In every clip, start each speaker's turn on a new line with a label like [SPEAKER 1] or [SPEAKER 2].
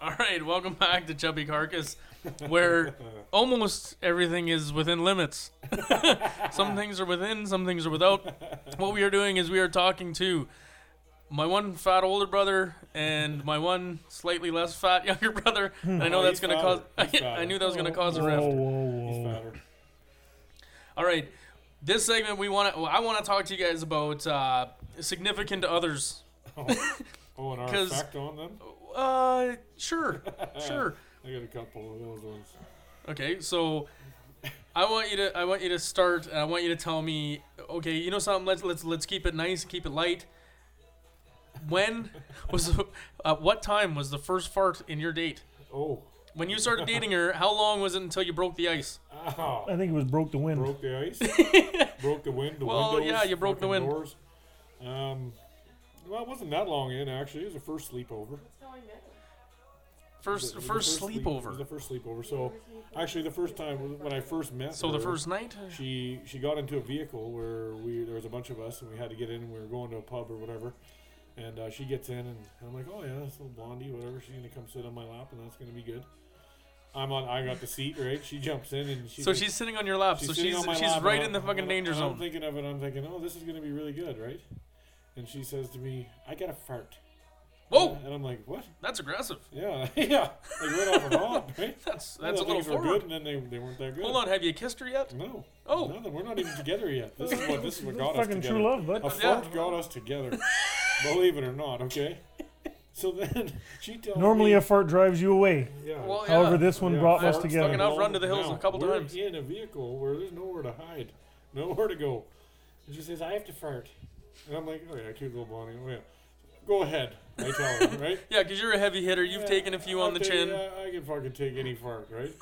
[SPEAKER 1] All right, welcome back to Chubby Carcass, where almost everything is within limits. some things are within, some things are without. What we are doing is we are talking to my one fat older brother and my one slightly less fat younger brother. And I know that's
[SPEAKER 2] Oh, he's
[SPEAKER 1] going to cause.
[SPEAKER 2] fatter. He's
[SPEAKER 1] I,
[SPEAKER 2] fatter. Oh.
[SPEAKER 1] knew that was going to cause a
[SPEAKER 3] Whoa,
[SPEAKER 1] rift.
[SPEAKER 3] whoa, whoa.
[SPEAKER 2] Fatter.
[SPEAKER 1] All right, this segment we want to. I want to talk to you guys about uh, significant others.
[SPEAKER 2] Oh, and our
[SPEAKER 1] 'Cause-
[SPEAKER 2] effect on them?
[SPEAKER 1] Uh, sure, sure.
[SPEAKER 2] I got a couple of those ones.
[SPEAKER 1] Okay, so I want you to I want you to start and I want you to tell me okay, you know something, let's let's let's keep it nice, keep it light. When was at what time was the first fart in your date?
[SPEAKER 2] Oh.
[SPEAKER 1] When you started dating her, how long was it until you broke the ice?
[SPEAKER 2] Ow.
[SPEAKER 3] I think it was broke the wind.
[SPEAKER 2] Broke the ice. broke the wind. The
[SPEAKER 1] Well,
[SPEAKER 2] windows.
[SPEAKER 1] yeah, you broke the
[SPEAKER 2] fucking
[SPEAKER 1] wind.
[SPEAKER 2] Doors. Um, well, it wasn't that long in, actually. It was the first sleepover.
[SPEAKER 1] First
[SPEAKER 2] It was the
[SPEAKER 1] first
[SPEAKER 2] sleep- it was
[SPEAKER 1] sleepover.
[SPEAKER 2] the first sleepover. So, actually, the first time was when I first met
[SPEAKER 1] So the
[SPEAKER 2] her,
[SPEAKER 1] first night?
[SPEAKER 2] she she got into a vehicle where we there was a bunch of us and we had to get in. We were going to a pub or whatever, and uh, she gets in and I'm like, oh yeah, this little blondie, whatever. She's gonna come sit on my lap and that's gonna be good. I'm on. I got the seat right. She jumps in and she
[SPEAKER 1] So she's sitting on your lap, so
[SPEAKER 2] sitting
[SPEAKER 1] she's
[SPEAKER 2] on my
[SPEAKER 1] she's
[SPEAKER 2] lap,
[SPEAKER 1] right
[SPEAKER 2] and
[SPEAKER 1] in the
[SPEAKER 2] I'm-
[SPEAKER 1] fucking
[SPEAKER 2] and
[SPEAKER 1] danger
[SPEAKER 2] I'm
[SPEAKER 1] zone.
[SPEAKER 2] thinking of it. I'm thinking, oh, this is gonna be really good, right? And she says to me, I got a fart.
[SPEAKER 1] Whoa,
[SPEAKER 2] And I'm like, what?
[SPEAKER 1] that's aggressive.
[SPEAKER 2] Yeah, yeah. Like right off and on, right?
[SPEAKER 1] That's
[SPEAKER 2] I
[SPEAKER 1] that's a
[SPEAKER 2] thought
[SPEAKER 1] little
[SPEAKER 2] things were
[SPEAKER 1] forward.
[SPEAKER 2] good, and then they, they weren't that good.
[SPEAKER 1] Hold on, have you kissed her yet?
[SPEAKER 2] No.
[SPEAKER 1] Oh.
[SPEAKER 2] Nothing. We're not even together yet. This is what this is what got us
[SPEAKER 3] fucking
[SPEAKER 2] together.
[SPEAKER 3] true love,
[SPEAKER 2] A
[SPEAKER 3] bud.
[SPEAKER 1] Yeah.
[SPEAKER 2] fart got us together. Believe it or not, okay? So then she tells
[SPEAKER 3] Normally,
[SPEAKER 2] me,
[SPEAKER 3] a fart drives you away.
[SPEAKER 2] yeah,
[SPEAKER 1] Well, yeah.
[SPEAKER 3] However, this one
[SPEAKER 2] yeah,
[SPEAKER 3] brought
[SPEAKER 2] farts
[SPEAKER 3] us together.
[SPEAKER 1] fucking up. I've run to the hills
[SPEAKER 2] Now,
[SPEAKER 1] a couple
[SPEAKER 2] we're
[SPEAKER 1] times.
[SPEAKER 2] in a vehicle where there's nowhere to hide, nowhere to go. And she says, "I have to fart," and I'm like, "Oh yeah, cute little Bonnie. Oh yeah, go ahead." I tell her, right?
[SPEAKER 1] Yeah, because you're a heavy hitter. You've
[SPEAKER 2] Yeah,
[SPEAKER 1] taken a few
[SPEAKER 2] I'll
[SPEAKER 1] on the
[SPEAKER 2] take-
[SPEAKER 1] chin.
[SPEAKER 2] yeah, I can fucking take any fart, right?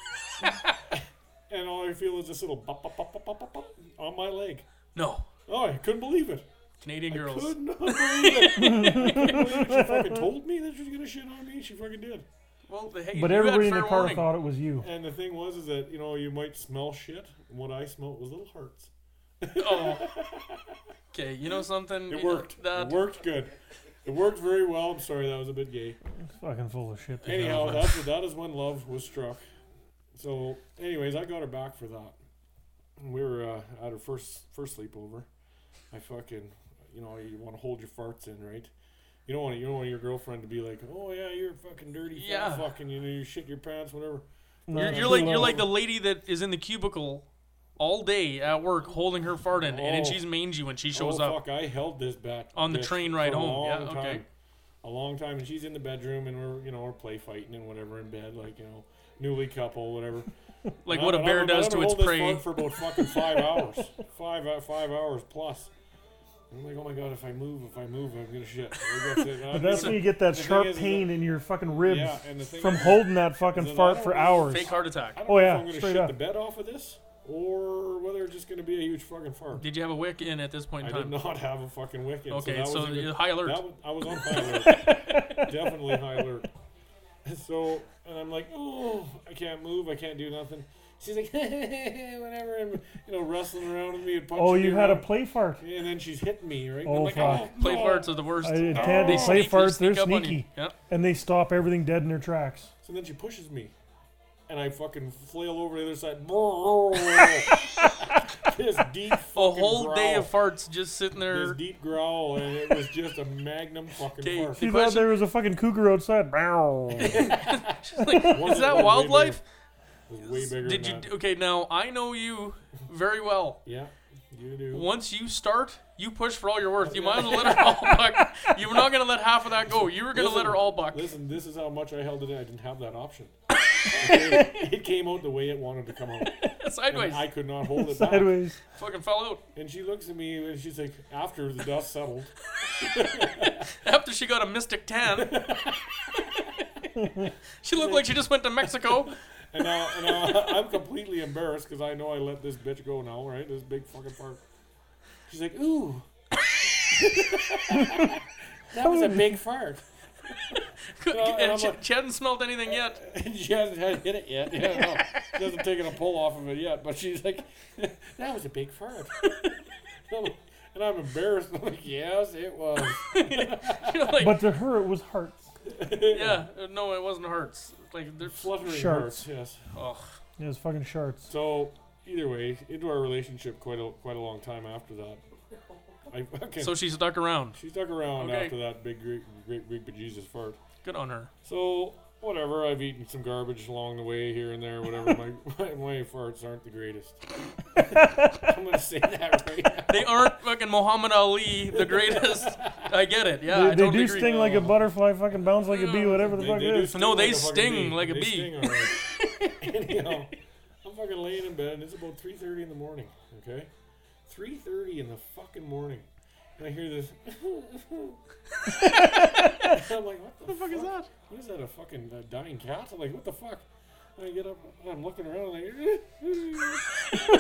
[SPEAKER 2] and all I feel is this little bop, bop, bop, bop, bop, bop, bop on my leg.
[SPEAKER 1] No,
[SPEAKER 2] Oh, I couldn't believe it.
[SPEAKER 1] Canadian
[SPEAKER 2] I
[SPEAKER 1] girls.
[SPEAKER 2] could not believe it. I couldn't believe it. She fucking told me that she was gonna shit on me. She fucking did.
[SPEAKER 1] Well, the- hey,
[SPEAKER 3] But
[SPEAKER 1] you
[SPEAKER 3] everybody
[SPEAKER 1] had
[SPEAKER 3] in the
[SPEAKER 1] fair
[SPEAKER 3] car
[SPEAKER 1] warning.
[SPEAKER 3] thought it was you.
[SPEAKER 2] And the thing was, is that you know you might smell shit. And what I smelled was little hearts.
[SPEAKER 1] Oh. Okay, you know something?
[SPEAKER 2] It
[SPEAKER 1] You know,
[SPEAKER 2] worked.
[SPEAKER 1] That,
[SPEAKER 2] It worked good. It worked very well. I'm sorry that was a bit gay.
[SPEAKER 3] Fucking full of shit. the
[SPEAKER 2] Anyhow,
[SPEAKER 3] girl.
[SPEAKER 2] that's that is when love was struck. So, anyways, I got her back for that. We were uh, at her first first sleepover. I fucking, you know, you want to hold your farts in, right? You don't want you don't want your girlfriend to be like, oh yeah, you're a fucking dirty, fat
[SPEAKER 1] Yeah.
[SPEAKER 2] fucking, you know, you shit your pants, whatever.
[SPEAKER 1] you're,
[SPEAKER 3] No,
[SPEAKER 1] you're
[SPEAKER 3] no,
[SPEAKER 1] like
[SPEAKER 3] no.
[SPEAKER 1] you're like the lady that is in the cubicle all day at work holding her fart in, and then
[SPEAKER 2] Oh.
[SPEAKER 1] she's mangy when she shows
[SPEAKER 2] oh,
[SPEAKER 1] up.
[SPEAKER 2] Fuck, I held this back
[SPEAKER 1] On the
[SPEAKER 2] bitch
[SPEAKER 1] train ride
[SPEAKER 2] for a
[SPEAKER 1] home. Yeah,
[SPEAKER 2] long
[SPEAKER 1] okay.
[SPEAKER 2] time. A long time, and she's in the bedroom, and we're you know we're play fighting and whatever in bed, like you know, newly couple, whatever.
[SPEAKER 1] Like
[SPEAKER 2] And
[SPEAKER 1] what a
[SPEAKER 2] I'm- and
[SPEAKER 1] bear
[SPEAKER 2] I'm-
[SPEAKER 1] does
[SPEAKER 2] I'm
[SPEAKER 1] to
[SPEAKER 2] gonna
[SPEAKER 1] its
[SPEAKER 2] hold this
[SPEAKER 1] prey.
[SPEAKER 2] fart For about fucking five hours, five hou- five hours plus. I'm like, oh my god, if I move, if I move, I'm gonna shit. Like, that's it.
[SPEAKER 3] But that's when you get that
[SPEAKER 2] The thing
[SPEAKER 3] sharp
[SPEAKER 2] is, is
[SPEAKER 3] pain
[SPEAKER 2] that-
[SPEAKER 3] in your fucking ribs
[SPEAKER 2] Yeah, and the thing
[SPEAKER 3] from
[SPEAKER 2] is-
[SPEAKER 3] holding that
[SPEAKER 2] is
[SPEAKER 3] fucking
[SPEAKER 2] that I
[SPEAKER 3] fart
[SPEAKER 2] don't
[SPEAKER 3] for
[SPEAKER 2] really
[SPEAKER 3] hours.
[SPEAKER 1] Fake heart attack.
[SPEAKER 2] I don't
[SPEAKER 3] Oh,
[SPEAKER 2] know
[SPEAKER 3] yeah,
[SPEAKER 2] if I'm gonna
[SPEAKER 3] straight
[SPEAKER 2] shit
[SPEAKER 3] up.
[SPEAKER 2] the bed off of this, or whether it's just gonna be a huge fucking fart.
[SPEAKER 1] Did you have a wick in at this point
[SPEAKER 2] I
[SPEAKER 1] in
[SPEAKER 2] did
[SPEAKER 1] time?
[SPEAKER 2] not have a fucking wicket.
[SPEAKER 1] Okay,
[SPEAKER 2] that
[SPEAKER 1] so
[SPEAKER 2] was even-
[SPEAKER 1] you're high alert.
[SPEAKER 2] that was- I was on high alert. Definitely high alert. So, and I'm like, oh, I can't move. I can't do nothing. She's like, whatever, and you know, wrestling around with me and punching
[SPEAKER 3] Oh,
[SPEAKER 2] me
[SPEAKER 3] you had a
[SPEAKER 2] around.
[SPEAKER 3] play fart.
[SPEAKER 2] And then she's hitting me, right?
[SPEAKER 3] Oh,
[SPEAKER 2] I'm like,
[SPEAKER 3] fuck.
[SPEAKER 2] oh, no.
[SPEAKER 1] Play farts are the worst.
[SPEAKER 3] I did Ted, they
[SPEAKER 1] They
[SPEAKER 3] play
[SPEAKER 1] sneak- they
[SPEAKER 3] farts. They're
[SPEAKER 1] sneak up on you.
[SPEAKER 3] sneaky,
[SPEAKER 1] Yeah.
[SPEAKER 3] and they stop everything dead in their tracks.
[SPEAKER 2] So then she pushes me, and I fucking flail over to the other side. this deep
[SPEAKER 1] A
[SPEAKER 2] fucking
[SPEAKER 1] whole day
[SPEAKER 2] growl.
[SPEAKER 1] of farts just sitting
[SPEAKER 2] This
[SPEAKER 1] there.
[SPEAKER 2] deep growl, and it was just a magnum fucking
[SPEAKER 1] Okay.
[SPEAKER 2] fart.
[SPEAKER 3] She thought
[SPEAKER 1] question-
[SPEAKER 3] there was a fucking cougar outside.
[SPEAKER 1] Is that
[SPEAKER 2] Way
[SPEAKER 1] wildlife?
[SPEAKER 2] bigger. It was way bigger
[SPEAKER 1] Did you?
[SPEAKER 2] than that.
[SPEAKER 1] Okay, now I know you very well.
[SPEAKER 2] Yeah, you do.
[SPEAKER 1] once you start, you push for all your worth. You might as well let her all buck. You were not gonna let half of that go. You were gonna let her all buck.
[SPEAKER 2] Listen, this is how much I held it in. I didn't have that option. Okay? it came out the way it wanted to come out. And
[SPEAKER 1] Sideways,
[SPEAKER 2] I could not hold it back.
[SPEAKER 3] Sideways.
[SPEAKER 1] fucking fell out.
[SPEAKER 2] And she looks at me and she's like, after the dust settled,
[SPEAKER 1] After she got a mystic tan, she looked like she just went to Mexico.
[SPEAKER 2] and now, and now I'm completely embarrassed because I know I let this bitch go now, right? This big fucking fart. She's like, ooh. that was a big fart.
[SPEAKER 1] and she,
[SPEAKER 2] I'm like-
[SPEAKER 1] she hadn't smelled anything yet.
[SPEAKER 2] And she hasn't had hit it yet. Yeah, no. She hasn't taken a pull off of it yet. But she's like, that was a big fart. and I'm embarrassed. I'm like, yes, it was.
[SPEAKER 1] You know, like,
[SPEAKER 3] But to her, it was hearts.
[SPEAKER 1] yeah, uh, no, it wasn't hearts. Like they're
[SPEAKER 2] Fluttering
[SPEAKER 3] Sharks.
[SPEAKER 2] hearts, yes.
[SPEAKER 1] oh,
[SPEAKER 3] Yeah, it's fucking sharks.
[SPEAKER 2] So either way, into our relationship quite a quite a long time after that. I fucking
[SPEAKER 1] so she stuck around.
[SPEAKER 2] she stuck around
[SPEAKER 1] Okay.
[SPEAKER 2] after that big great great big bejesus fart.
[SPEAKER 1] Good on her.
[SPEAKER 2] So whatever, I've eaten some garbage along the way here and there, whatever. my, my my farts aren't the greatest. I'm gonna say that right now.
[SPEAKER 1] They aren't fucking Muhammad Ali, the greatest. I get it. Yeah,
[SPEAKER 3] they
[SPEAKER 1] I
[SPEAKER 3] they
[SPEAKER 1] totally
[SPEAKER 3] do
[SPEAKER 1] agree.
[SPEAKER 3] sting like a butterfly, fucking bounce like a bee, whatever the
[SPEAKER 2] They-
[SPEAKER 3] fuck
[SPEAKER 2] they
[SPEAKER 3] it
[SPEAKER 2] do
[SPEAKER 3] is.
[SPEAKER 2] sting
[SPEAKER 1] No, they
[SPEAKER 2] a fucking
[SPEAKER 1] sting like a
[SPEAKER 2] They
[SPEAKER 1] bee.
[SPEAKER 2] sting alright. Anyhow, I'm fucking laying in bed and it's about 3.30 in the morning, okay? 3.30 in the fucking morning. And I hear this. I'm like, what the,
[SPEAKER 1] What the fuck is that?
[SPEAKER 2] What is that, a fucking uh, dying cat? I'm like, what the fuck? And I get up and I'm looking around and I'm like.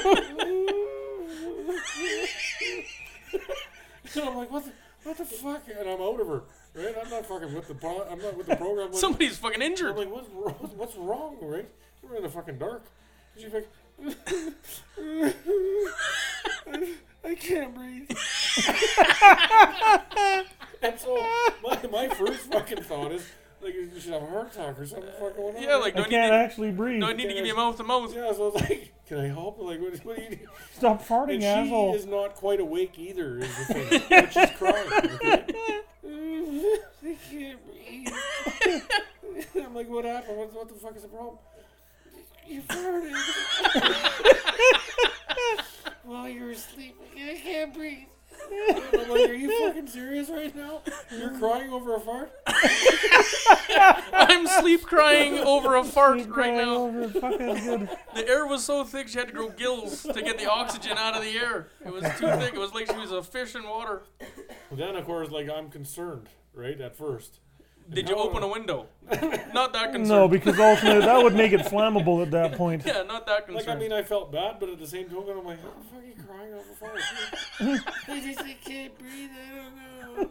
[SPEAKER 2] and I'm like, what the, what the fuck? And I'm out of her. Right? I'm not fucking with the pro- I'm not with the program. Like,
[SPEAKER 1] Somebody's fucking
[SPEAKER 2] I'm
[SPEAKER 1] injured.
[SPEAKER 2] like, what's wrong? What's wrong, right? We're in the fucking dark. And she's like, I, I can't breathe. and so my, my first fucking thought is, like, you should have a heart attack or something fucking going on,
[SPEAKER 1] Yeah,
[SPEAKER 2] right?
[SPEAKER 1] like
[SPEAKER 3] I
[SPEAKER 1] don't
[SPEAKER 3] can't
[SPEAKER 1] you need,
[SPEAKER 3] actually breathe.
[SPEAKER 1] don't need to give you mouth to mouth.
[SPEAKER 2] yeah, so I was like, can I help? Like, what, what do you do?
[SPEAKER 3] Stop farting,
[SPEAKER 2] And she
[SPEAKER 3] asshole.
[SPEAKER 2] is not quite awake either, is the thing. but she's crying. okay? I can't breathe. I'm like, what happened? What, what the fuck is the problem? You farted. While you were sleeping, I can't breathe. I'm like, are you fucking serious right now? You're crying over a fart?
[SPEAKER 1] I'm sleep crying over a fart
[SPEAKER 3] Keep
[SPEAKER 1] right
[SPEAKER 3] going
[SPEAKER 1] now.
[SPEAKER 3] over it. Fuck, that's good.
[SPEAKER 1] The air was so thick she had to grow gills to get the oxygen out of the air. It was too thick. It was like she was a fish in water.
[SPEAKER 2] Then, of course, like, I'm concerned, right, at first.
[SPEAKER 1] Did you
[SPEAKER 2] No.
[SPEAKER 1] open a window? Not that concerned.
[SPEAKER 3] No, because ultimately that would make it flammable at that point.
[SPEAKER 1] yeah, not that
[SPEAKER 2] Like,
[SPEAKER 1] concerned.
[SPEAKER 2] I mean, I felt bad, but at the same token, I'm like, how the fuck are you crying over a fart? I just I can't breathe. I don't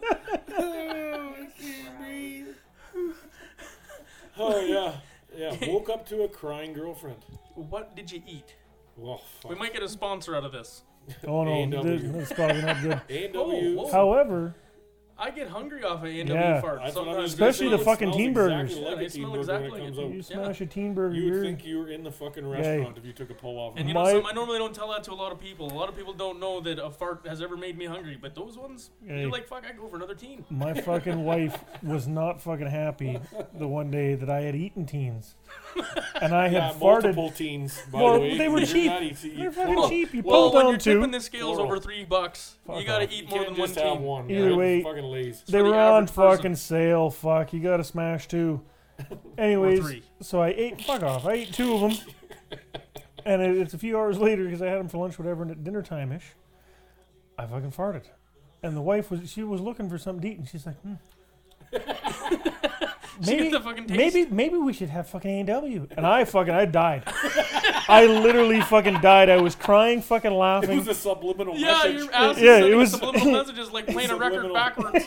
[SPEAKER 2] know. Oh, I can't breathe. Oh, yeah. Yeah. Woke up to a crying girlfriend.
[SPEAKER 1] what did you eat?
[SPEAKER 2] Well,
[SPEAKER 1] We
[SPEAKER 2] fuck.
[SPEAKER 1] might get a sponsor out of this.
[SPEAKER 3] Oh no,
[SPEAKER 2] A&W.
[SPEAKER 3] th- that's probably not good.
[SPEAKER 2] A&W.
[SPEAKER 1] Whoa, whoa.
[SPEAKER 3] However,
[SPEAKER 1] I get hungry off of A&W
[SPEAKER 3] Yeah.
[SPEAKER 1] farts.
[SPEAKER 2] I thought I
[SPEAKER 1] Sometimes
[SPEAKER 2] was
[SPEAKER 3] Especially
[SPEAKER 2] gonna
[SPEAKER 3] the
[SPEAKER 2] say,
[SPEAKER 3] fucking
[SPEAKER 2] it
[SPEAKER 3] teen
[SPEAKER 2] smells exactly
[SPEAKER 3] burgers.
[SPEAKER 2] like
[SPEAKER 1] Yeah, they
[SPEAKER 2] a teen
[SPEAKER 1] smell
[SPEAKER 2] burger
[SPEAKER 1] exactly
[SPEAKER 2] when
[SPEAKER 1] like
[SPEAKER 2] it
[SPEAKER 1] a
[SPEAKER 2] comes
[SPEAKER 1] teen-
[SPEAKER 2] out.
[SPEAKER 3] you
[SPEAKER 1] Yeah.
[SPEAKER 3] smash a teen burger.
[SPEAKER 2] You would
[SPEAKER 3] you're-
[SPEAKER 2] think you were in the fucking restaurant if you took a pull off.
[SPEAKER 1] And you
[SPEAKER 2] it.
[SPEAKER 1] know,
[SPEAKER 3] My-
[SPEAKER 1] some, I normally don't tell that to a lot of people. A lot of people don't know that a fart has ever made me hungry, but those ones,
[SPEAKER 3] Hey.
[SPEAKER 1] you're like, fuck, I go for another teen.
[SPEAKER 3] My fucking wife was not fucking happy the one day that I had eaten teens, and I
[SPEAKER 2] yeah,
[SPEAKER 3] had farted.
[SPEAKER 2] multiple teens, by
[SPEAKER 3] Well,
[SPEAKER 2] the way.
[SPEAKER 3] they were
[SPEAKER 2] You're
[SPEAKER 3] cheap.
[SPEAKER 2] not easy-
[SPEAKER 3] They're fucking
[SPEAKER 1] Well,
[SPEAKER 3] cheap. You
[SPEAKER 1] Well,
[SPEAKER 3] pull
[SPEAKER 1] when you're
[SPEAKER 3] down two.
[SPEAKER 1] tipping the scales
[SPEAKER 2] Plural.
[SPEAKER 1] over three bucks,
[SPEAKER 3] Fuck
[SPEAKER 1] you gotta
[SPEAKER 3] off.
[SPEAKER 1] eat
[SPEAKER 2] You
[SPEAKER 1] more
[SPEAKER 2] can't
[SPEAKER 1] than one
[SPEAKER 2] just
[SPEAKER 1] teen.
[SPEAKER 2] have one.
[SPEAKER 3] Either
[SPEAKER 2] right?
[SPEAKER 3] way-
[SPEAKER 2] fucking lazy.
[SPEAKER 3] They
[SPEAKER 1] for the
[SPEAKER 3] were on
[SPEAKER 1] average person.
[SPEAKER 3] fucking sale. Fuck, you gotta smash two. Anyways,
[SPEAKER 1] three.
[SPEAKER 3] so I ate. Fuck off. I ate two of them, and it, it's a few hours later because I had them for lunch, whatever, and at dinner time ish, I fucking farted, and the wife was she was looking for something to eat, and she's like, hmm.
[SPEAKER 1] She get the fucking taste.
[SPEAKER 3] maybe maybe we should have fucking A and W. And I fucking I died. I literally fucking died. I was crying, fucking
[SPEAKER 2] It
[SPEAKER 3] laughing.
[SPEAKER 2] was a subliminal
[SPEAKER 1] Yeah,
[SPEAKER 2] message.
[SPEAKER 1] your ass is
[SPEAKER 3] Yeah, it
[SPEAKER 1] sending
[SPEAKER 3] was-
[SPEAKER 1] subliminal messages like playing a record
[SPEAKER 2] Subliminal.
[SPEAKER 1] backwards.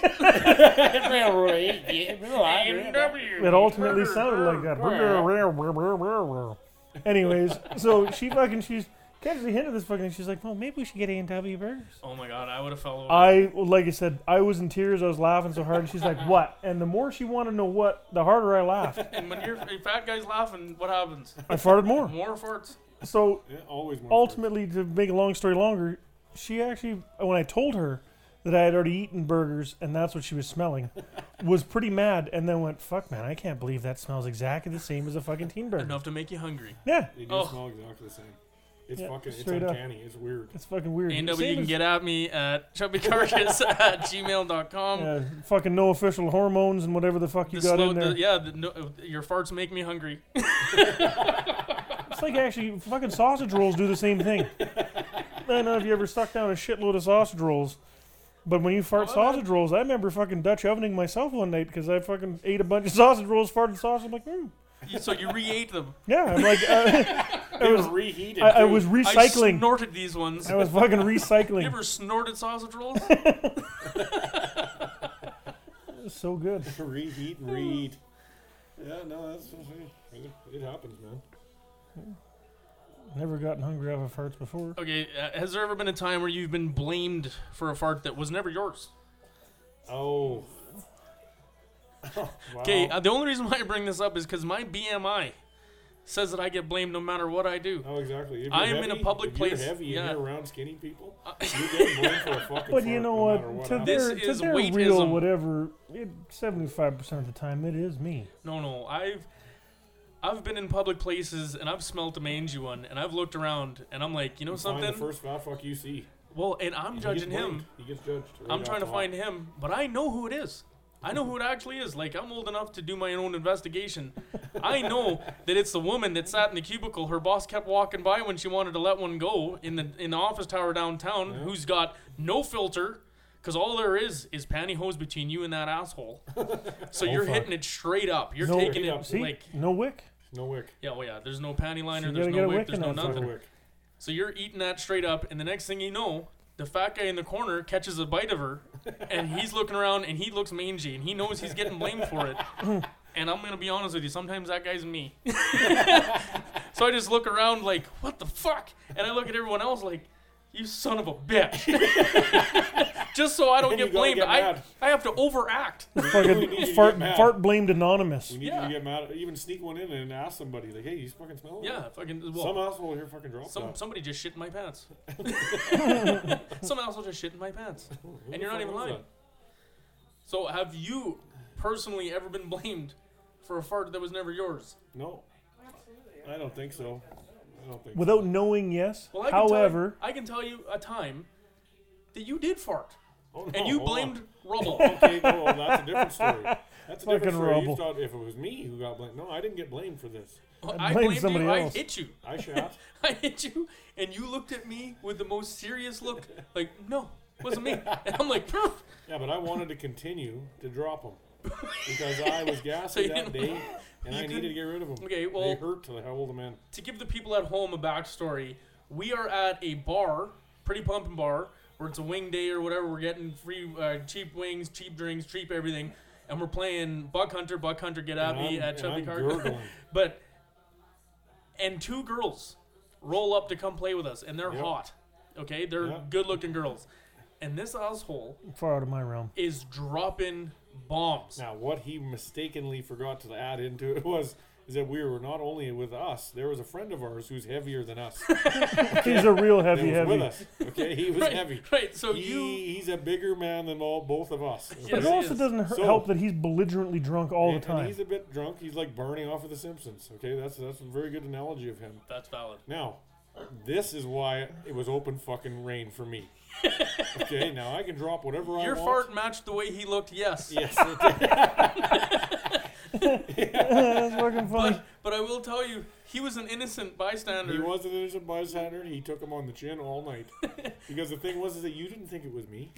[SPEAKER 3] It ultimately sounded like that. Anyways, so she fucking she's catches the hint of this fucking. She's like, well, maybe we should get A and W burgers.
[SPEAKER 1] Oh my god, I would have fell over.
[SPEAKER 3] I like I said, I was in tears. I was laughing so hard. And she's like, what? And the more she wanted to know what, the harder I laughed.
[SPEAKER 1] and when you're a fat guy's laughing, what happens?
[SPEAKER 3] I farted more.
[SPEAKER 1] More farts.
[SPEAKER 3] So
[SPEAKER 2] Yeah, always more
[SPEAKER 3] ultimately, to make a long story longer, she actually, when I told her that I had already eaten burgers and that's what she was smelling, was pretty mad and then went, fuck man, I can't believe that smells exactly the same as a fucking teen burger.
[SPEAKER 1] Enough to make you hungry.
[SPEAKER 3] Yeah,
[SPEAKER 2] They do
[SPEAKER 1] Ugh.
[SPEAKER 2] smell exactly the same. It's
[SPEAKER 3] Yeah,
[SPEAKER 2] fucking, it's
[SPEAKER 3] straight up.
[SPEAKER 2] uncanny. It's weird.
[SPEAKER 3] it's fucking weird.
[SPEAKER 1] And
[SPEAKER 3] Same
[SPEAKER 1] you can
[SPEAKER 3] as-
[SPEAKER 1] get at me at chubbycarcass at gmail.com.
[SPEAKER 3] yeah, fucking no official hormones and whatever the fuck you
[SPEAKER 1] The
[SPEAKER 3] got
[SPEAKER 1] slow-
[SPEAKER 3] in there.
[SPEAKER 1] the- yeah, the, no, your farts make me hungry.
[SPEAKER 3] It's like actually fucking sausage rolls do the same thing. I don't know if you ever stuck down a shitload of sausage rolls, but when you fart
[SPEAKER 1] Oh, I have.
[SPEAKER 3] sausage rolls, I remember fucking Dutch ovening myself one night because I fucking ate a bunch of sausage rolls, farted sausage. I'm like, hmm.
[SPEAKER 1] You- so you re-ate them.
[SPEAKER 3] Yeah, I'm like, uh,
[SPEAKER 2] They
[SPEAKER 3] I
[SPEAKER 2] were
[SPEAKER 3] was,
[SPEAKER 2] reheated.
[SPEAKER 3] I, I
[SPEAKER 2] too.
[SPEAKER 3] was
[SPEAKER 1] I
[SPEAKER 3] recycling.
[SPEAKER 1] snorted these ones.
[SPEAKER 3] I was fucking
[SPEAKER 1] You
[SPEAKER 3] recycling.
[SPEAKER 1] ever snorted sausage rolls?
[SPEAKER 3] So good.
[SPEAKER 2] reheat and reheat. Yeah, no, that's it, it happens, man.
[SPEAKER 3] Never gotten hungry off of farts before.
[SPEAKER 1] okay, uh, has there ever been a time where you've been blamed for a fart that was never yours?
[SPEAKER 2] Oh,
[SPEAKER 1] Okay, uh, the only reason why I bring this up is because my BMI says that I get blamed no matter what I do.
[SPEAKER 2] Oh, exactly. If
[SPEAKER 1] I
[SPEAKER 2] you're
[SPEAKER 1] am in a
[SPEAKER 2] heavy-
[SPEAKER 1] public
[SPEAKER 2] if you're
[SPEAKER 1] place,
[SPEAKER 2] Heavy
[SPEAKER 1] yeah. Uh,
[SPEAKER 2] and you're around skinny people. You get blamed for a fucking
[SPEAKER 3] But
[SPEAKER 2] fart
[SPEAKER 3] you know
[SPEAKER 2] no
[SPEAKER 3] what?
[SPEAKER 2] matter
[SPEAKER 3] To
[SPEAKER 2] happens.
[SPEAKER 1] This
[SPEAKER 3] their, to
[SPEAKER 1] is
[SPEAKER 3] their
[SPEAKER 1] weightism.
[SPEAKER 3] real whatever, seventy-five percent of the time it is me.
[SPEAKER 1] No, no, I've I've been in public places and I've smelt a mangy one, and I've looked around and I'm like, you know
[SPEAKER 2] Find
[SPEAKER 1] something?
[SPEAKER 2] The first fat fuck you see.
[SPEAKER 1] well, and I'm
[SPEAKER 2] He
[SPEAKER 1] judging
[SPEAKER 2] gets
[SPEAKER 1] him.
[SPEAKER 2] blamed. He gets judged. right
[SPEAKER 1] I'm trying
[SPEAKER 2] off
[SPEAKER 1] to
[SPEAKER 2] the
[SPEAKER 1] find him, but I know who it is. I know who it actually is. Like I'm old enough to do my own investigation. I know that it's the woman that sat in the cubicle. Her boss kept walking by when she wanted to let one go in the in the office tower downtown. Who's got no filter, because all there is is pantyhose between you and that asshole. So you're
[SPEAKER 3] Oh, fuck.
[SPEAKER 1] hitting it straight up. You're
[SPEAKER 3] No,
[SPEAKER 1] taking it
[SPEAKER 2] straight
[SPEAKER 3] See,
[SPEAKER 1] like
[SPEAKER 3] no wick.
[SPEAKER 2] No wick.
[SPEAKER 1] yeah, oh yeah. There's no panty liner.
[SPEAKER 3] you
[SPEAKER 1] There's
[SPEAKER 3] gotta get
[SPEAKER 1] no
[SPEAKER 3] a
[SPEAKER 1] wick.
[SPEAKER 3] wick
[SPEAKER 1] There's
[SPEAKER 3] in
[SPEAKER 1] no
[SPEAKER 3] that sucker.
[SPEAKER 1] nothing.
[SPEAKER 2] No wick.
[SPEAKER 1] So you're eating that straight up, and the next thing you know, the fat guy in the corner catches a bite of her, and he's looking around, and he looks mangy, and he knows he's getting blamed for it. And I'm gonna be honest with you, sometimes that guy's me. so I just look around like, what the fuck? And I look at everyone else like, you son of a bitch. just so I don't
[SPEAKER 2] Then you
[SPEAKER 1] get
[SPEAKER 2] gotta
[SPEAKER 1] blamed,
[SPEAKER 2] get
[SPEAKER 1] I,
[SPEAKER 2] mad.
[SPEAKER 1] I have to overact.
[SPEAKER 2] need you to
[SPEAKER 3] Fucking
[SPEAKER 2] get
[SPEAKER 3] fart,
[SPEAKER 2] mad.
[SPEAKER 3] fart blamed anonymous.
[SPEAKER 2] You need
[SPEAKER 1] Yeah.
[SPEAKER 2] to get mad. Even sneak one in and ask somebody like, "Hey, you fucking smell that?"
[SPEAKER 1] yeah, fucking. Well,
[SPEAKER 2] Some asshole here fucking dropped
[SPEAKER 1] Some,
[SPEAKER 2] that.
[SPEAKER 1] somebody just shit in my pants. Someone else will just shit in my pants. And you're not
[SPEAKER 2] fuck
[SPEAKER 1] even
[SPEAKER 2] was
[SPEAKER 1] lying.
[SPEAKER 2] that?
[SPEAKER 1] So, have you personally ever been blamed for a fart that was never yours?
[SPEAKER 2] No, I don't think so. I don't think.
[SPEAKER 3] Without knowing, yes.
[SPEAKER 1] Well, I can
[SPEAKER 3] However,
[SPEAKER 1] tell you, I can tell you a time that you did fart
[SPEAKER 2] so. Oh, no,
[SPEAKER 1] and you
[SPEAKER 2] hold on.
[SPEAKER 1] blamed rubble.
[SPEAKER 2] okay, no, that's a different story. That's a
[SPEAKER 3] Fucking
[SPEAKER 2] different story.
[SPEAKER 3] rubble.
[SPEAKER 2] You thought if it was me who got blamed. No, I didn't get blamed for this.
[SPEAKER 1] I
[SPEAKER 3] blamed
[SPEAKER 1] blamed
[SPEAKER 3] somebody
[SPEAKER 1] you.
[SPEAKER 3] else.
[SPEAKER 1] I hit you.
[SPEAKER 2] I shot.
[SPEAKER 1] I hit you, and you looked at me with the most serious look, like no, wasn't me. And I'm like, "Phew."
[SPEAKER 2] yeah, but I wanted to continue to drop them because I was
[SPEAKER 1] So
[SPEAKER 2] gassy
[SPEAKER 1] you didn't-
[SPEAKER 2] that day, and
[SPEAKER 1] you
[SPEAKER 2] I needed
[SPEAKER 1] couldn't-
[SPEAKER 2] to get rid of them.
[SPEAKER 1] Okay, well-
[SPEAKER 2] they hurt till I hold them in.
[SPEAKER 1] to give the people at home a backstory, we are at a bar, pretty pumping bar, where it's a wing day or whatever. We're getting free, uh, cheap wings, cheap drinks, cheap everything, and we're playing Buck Hunter, Buck Hunter, Get At
[SPEAKER 2] And
[SPEAKER 1] Me
[SPEAKER 2] I'm-
[SPEAKER 1] at
[SPEAKER 2] and
[SPEAKER 1] Chubby
[SPEAKER 2] I'm
[SPEAKER 1] Car.
[SPEAKER 2] gurgling.
[SPEAKER 1] but and two girls roll up to come play with us, and they're
[SPEAKER 2] Yep.
[SPEAKER 1] hot. Okay, they're
[SPEAKER 2] Yep.
[SPEAKER 1] good-looking girls, and this asshole
[SPEAKER 3] far out of my realm.
[SPEAKER 1] is dropping bombs.
[SPEAKER 2] Now, what he mistakenly forgot to add into it was is that we were not only with us. There was a friend of ours who's heavier than us. that
[SPEAKER 3] He's a real heavy,
[SPEAKER 2] was with
[SPEAKER 3] heavy.
[SPEAKER 2] us. Okay, he was
[SPEAKER 1] right,
[SPEAKER 2] heavy.
[SPEAKER 1] right? So you.
[SPEAKER 2] He, he's a bigger man than all both of us.
[SPEAKER 3] But
[SPEAKER 1] Yes,
[SPEAKER 3] it
[SPEAKER 1] he
[SPEAKER 3] also
[SPEAKER 1] is.
[SPEAKER 3] doesn't h-
[SPEAKER 2] So-
[SPEAKER 3] help that he's belligerently drunk all the
[SPEAKER 2] And- and
[SPEAKER 3] time.
[SPEAKER 2] he's a bit drunk. He's like burning off of The Simpsons. Okay, that's that's a very good analogy of him.
[SPEAKER 1] That's valid.
[SPEAKER 2] Now, this is why it was open fucking rain for me. okay, now I can drop whatever I
[SPEAKER 1] Your
[SPEAKER 2] want.
[SPEAKER 1] fart matched the way he looked. Yes.
[SPEAKER 2] Yes, it did.
[SPEAKER 3] That's fucking funny.
[SPEAKER 1] But, but I will tell you, he was an innocent bystander.
[SPEAKER 2] he was an innocent bystander. He took him on the chin all night. Because the thing was is that you didn't think it was me.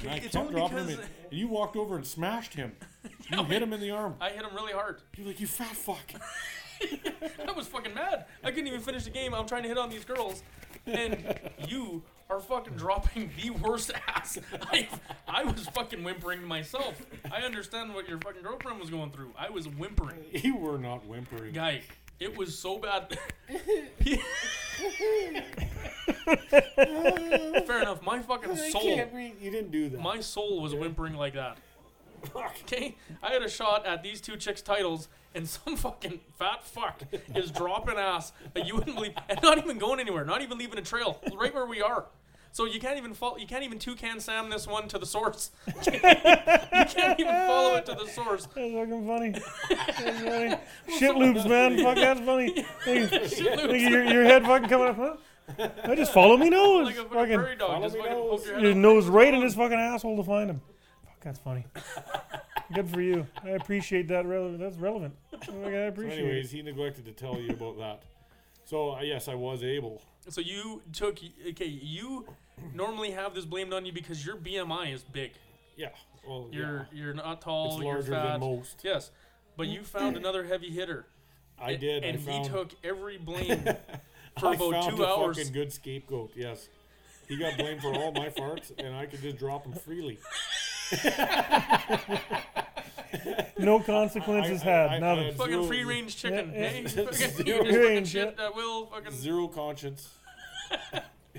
[SPEAKER 2] And I
[SPEAKER 1] It's
[SPEAKER 2] kept
[SPEAKER 1] only
[SPEAKER 2] dropping him in.
[SPEAKER 1] because-
[SPEAKER 2] And you walked over and smashed him. You hit him in the arm.
[SPEAKER 1] I hit him really hard.
[SPEAKER 2] You're like, you fat fuck.
[SPEAKER 1] I was fucking mad. I couldn't even finish the game. I'm trying to hit on these girls, and you are fucking dropping the worst ass. I, I was fucking whimpering to myself. I understand what your fucking girlfriend was going through. I was whimpering,
[SPEAKER 2] You were not whimpering.
[SPEAKER 1] guy. It was so bad. Fair enough. My fucking
[SPEAKER 2] I
[SPEAKER 1] soul,
[SPEAKER 2] can't breathe. You didn't do that.
[SPEAKER 1] my soul was whimpering like that.
[SPEAKER 2] Fuck.
[SPEAKER 1] Okay, I had a shot at these two chicks' titles, and some fucking fat fuck is dropping ass that you wouldn't believe, and not even going anywhere, not even leaving a trail, right where we are. So you can't even follow, you can't even toucan Sam this one to the source. you can't even follow it to the source.
[SPEAKER 3] That's fucking funny. That's funny. Shit loops, man. Fuck, that's funny. Hey, like,
[SPEAKER 1] Loops,
[SPEAKER 3] your, your head fucking coming up, huh? I just follow me nose.
[SPEAKER 1] like a fucking
[SPEAKER 3] fucking
[SPEAKER 1] prairie dog, just
[SPEAKER 2] Follow me
[SPEAKER 1] fucking poke
[SPEAKER 2] nose.
[SPEAKER 1] your head
[SPEAKER 3] your
[SPEAKER 1] up.
[SPEAKER 3] nose right in his fucking asshole to find him. Fuck, that's funny. Good for you. I appreciate that. Relevant. That's relevant. Fuck, I appreciate
[SPEAKER 2] Anyways, he neglected to tell you about that. So uh, yes, I was able.
[SPEAKER 1] So you took, okay, you normally have this blamed on you because your BMI is big.
[SPEAKER 2] Yeah. Well,
[SPEAKER 1] You're you're not
[SPEAKER 2] yeah.
[SPEAKER 1] tall.
[SPEAKER 2] It's
[SPEAKER 1] you're
[SPEAKER 2] larger
[SPEAKER 1] fat.
[SPEAKER 2] than most.
[SPEAKER 1] Yes, but you found another heavy hitter.
[SPEAKER 2] I
[SPEAKER 1] A-
[SPEAKER 2] did.
[SPEAKER 1] And
[SPEAKER 2] I found,
[SPEAKER 1] he took every blame for
[SPEAKER 2] I
[SPEAKER 1] about
[SPEAKER 2] found
[SPEAKER 1] two
[SPEAKER 2] a
[SPEAKER 1] hours.
[SPEAKER 2] fucking good scapegoat. Yes. He got blamed for all my farts, and I could just drop him freely.
[SPEAKER 3] it. No consequences
[SPEAKER 2] I- I-
[SPEAKER 3] had.
[SPEAKER 2] I-
[SPEAKER 3] Nothing.
[SPEAKER 2] I-
[SPEAKER 1] Fucking
[SPEAKER 2] Zero-
[SPEAKER 1] free range chicken.
[SPEAKER 3] Yeah, yeah.
[SPEAKER 1] Hey, fucking, you just
[SPEAKER 2] Zero
[SPEAKER 1] fucking
[SPEAKER 3] range,
[SPEAKER 1] shit that will fucking.
[SPEAKER 2] Zero conscience.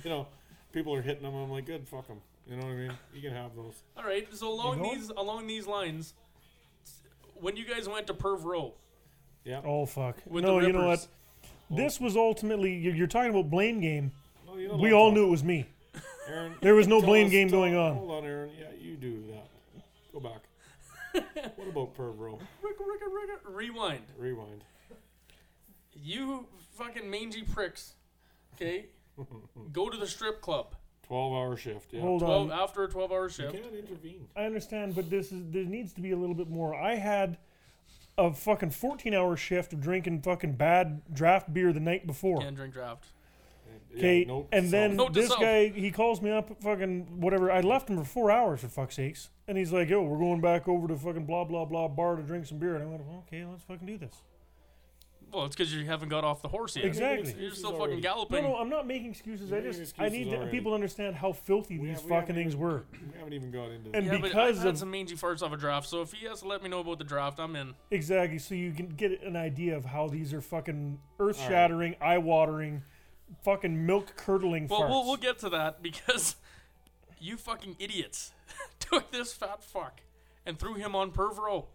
[SPEAKER 2] you know, people are hitting him. I'm like, good, fuck him. You know what I mean? You can have those.
[SPEAKER 1] All right. So along
[SPEAKER 3] You know?
[SPEAKER 1] these along these lines, when you guys went to Perv Row.
[SPEAKER 2] Yeah.
[SPEAKER 3] Oh fuck.
[SPEAKER 1] With
[SPEAKER 3] no,
[SPEAKER 1] the
[SPEAKER 3] you know what?
[SPEAKER 1] rippers.
[SPEAKER 3] This was ultimately you're, you're talking about blame game.
[SPEAKER 2] Well, you don't
[SPEAKER 3] We
[SPEAKER 2] know
[SPEAKER 3] all
[SPEAKER 2] that,
[SPEAKER 3] knew it was me.
[SPEAKER 2] Aaron,
[SPEAKER 3] There was no
[SPEAKER 2] tell
[SPEAKER 3] blame
[SPEAKER 2] us-
[SPEAKER 3] game
[SPEAKER 2] tell-
[SPEAKER 3] going on.
[SPEAKER 2] Hold on, Aaron. Yeah, you do that. Go back. what about Perv Row?
[SPEAKER 1] Rick, rick, rick, rewind.
[SPEAKER 2] Rewind.
[SPEAKER 1] You fucking mangy pricks. Okay? Go to the strip club.
[SPEAKER 2] 12 hour shift. Yeah.
[SPEAKER 3] Hold
[SPEAKER 1] Twelve
[SPEAKER 3] on.
[SPEAKER 1] after a twelve hour
[SPEAKER 2] you
[SPEAKER 1] shift.
[SPEAKER 2] can't intervene.
[SPEAKER 3] I understand, but this is there needs to be a little bit more. I had a fucking 14 hour shift of drinking fucking bad draft beer the night before.
[SPEAKER 1] Can't drink draft.
[SPEAKER 2] Yeah,
[SPEAKER 3] Okay,
[SPEAKER 2] nope,
[SPEAKER 3] and then
[SPEAKER 1] Note to
[SPEAKER 3] this
[SPEAKER 1] self.
[SPEAKER 3] guy he calls me up, fucking whatever. I left him for four hours for fuck's sakes, and he's like, "Yo, we're going back over to fucking blah blah blah bar to drink some beer." And I went, well, "Okay, let's fucking do this."
[SPEAKER 1] Well, it's because you haven't got off the horse yet.
[SPEAKER 3] Exactly.
[SPEAKER 1] You're
[SPEAKER 2] Excuses
[SPEAKER 1] still
[SPEAKER 2] already.
[SPEAKER 1] fucking
[SPEAKER 3] No,
[SPEAKER 1] galloping.
[SPEAKER 3] no, I'm not making excuses.
[SPEAKER 2] You're
[SPEAKER 3] I just
[SPEAKER 2] making
[SPEAKER 3] I
[SPEAKER 2] excuses
[SPEAKER 3] need to,
[SPEAKER 2] already.
[SPEAKER 3] people to understand how filthy
[SPEAKER 2] We
[SPEAKER 3] these
[SPEAKER 2] have- we
[SPEAKER 3] fucking
[SPEAKER 2] haven't
[SPEAKER 3] things
[SPEAKER 2] even-
[SPEAKER 3] were.
[SPEAKER 2] We haven't even got into
[SPEAKER 3] And
[SPEAKER 2] that.
[SPEAKER 1] yeah,
[SPEAKER 3] because
[SPEAKER 1] but I had
[SPEAKER 3] of-
[SPEAKER 1] some mangy farts off a draft, so if he has to let me know about the draft, I'm in.
[SPEAKER 3] Exactly. So you can get an idea of how these are fucking earth shattering, eye watering, fucking milk curdling
[SPEAKER 1] Well,
[SPEAKER 3] farts.
[SPEAKER 1] we'll we'll get to that because you fucking idiots took this fat fuck and threw him on Perv Row.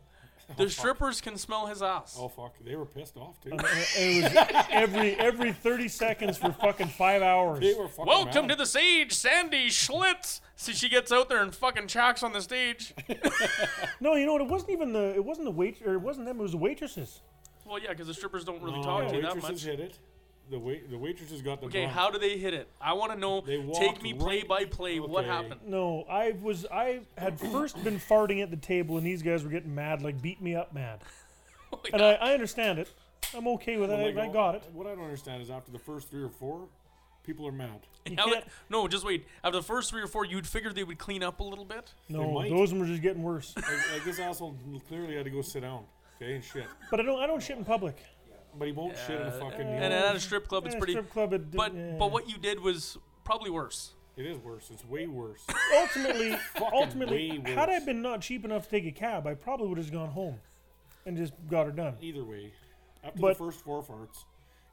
[SPEAKER 1] The strippers can smell his ass.
[SPEAKER 2] Oh, fuck. They were pissed off, too.
[SPEAKER 3] And it was every every 30 seconds for fucking five hours.
[SPEAKER 2] They were fucking
[SPEAKER 1] Welcome to
[SPEAKER 2] mad.
[SPEAKER 1] the stage, Sandy Schlitz. See, she gets out there and fucking chocks on the stage.
[SPEAKER 3] No, you know what? It wasn't even the it wasn't the wait or it wasn't them. It was the waitresses.
[SPEAKER 1] well, yeah, because the strippers don't really
[SPEAKER 2] No,
[SPEAKER 1] talk
[SPEAKER 2] the
[SPEAKER 1] to you that
[SPEAKER 2] Oh, waitresses
[SPEAKER 1] much.
[SPEAKER 2] hit it. The wait, the waitresses got the
[SPEAKER 1] Okay,
[SPEAKER 2] brunt.
[SPEAKER 1] how do they hit it? I want to know.
[SPEAKER 2] They
[SPEAKER 1] Take
[SPEAKER 2] walked
[SPEAKER 1] me
[SPEAKER 2] right-
[SPEAKER 1] play by play. What
[SPEAKER 2] Okay.
[SPEAKER 1] happened?
[SPEAKER 3] No, I was I had first been farting at the table, and these guys were getting mad, like beat me up, mad.
[SPEAKER 1] Oh
[SPEAKER 3] And I, I understand it. I'm okay with
[SPEAKER 2] Well,
[SPEAKER 3] it.
[SPEAKER 2] like,
[SPEAKER 3] I, I got it.
[SPEAKER 2] What I don't understand is after the first three or four, people are mad.
[SPEAKER 3] You
[SPEAKER 1] Now
[SPEAKER 3] can't,
[SPEAKER 1] that- no, just wait. After the first three or four, you'd figure they would clean up a little bit.
[SPEAKER 3] no,
[SPEAKER 2] might.
[SPEAKER 3] those were just getting worse.
[SPEAKER 2] like, like, this asshole clearly had to go sit down. Okay, and shit.
[SPEAKER 3] But I don't I don't shit in public.
[SPEAKER 2] But he won't shit in a
[SPEAKER 1] Uh,
[SPEAKER 2] fucking.
[SPEAKER 1] And at a strip club, it's
[SPEAKER 3] At a
[SPEAKER 1] pretty.
[SPEAKER 3] strip club. It, eh.
[SPEAKER 1] But
[SPEAKER 3] yeah.
[SPEAKER 1] but what you did was probably worse.
[SPEAKER 2] it is worse. It's way worse.
[SPEAKER 3] ultimately, ultimately,
[SPEAKER 2] way
[SPEAKER 3] had I
[SPEAKER 2] worse.
[SPEAKER 3] been not cheap enough to take a cab, I probably would have just gone home and just got her done.
[SPEAKER 2] Either way, after
[SPEAKER 3] But-
[SPEAKER 2] the first four farts,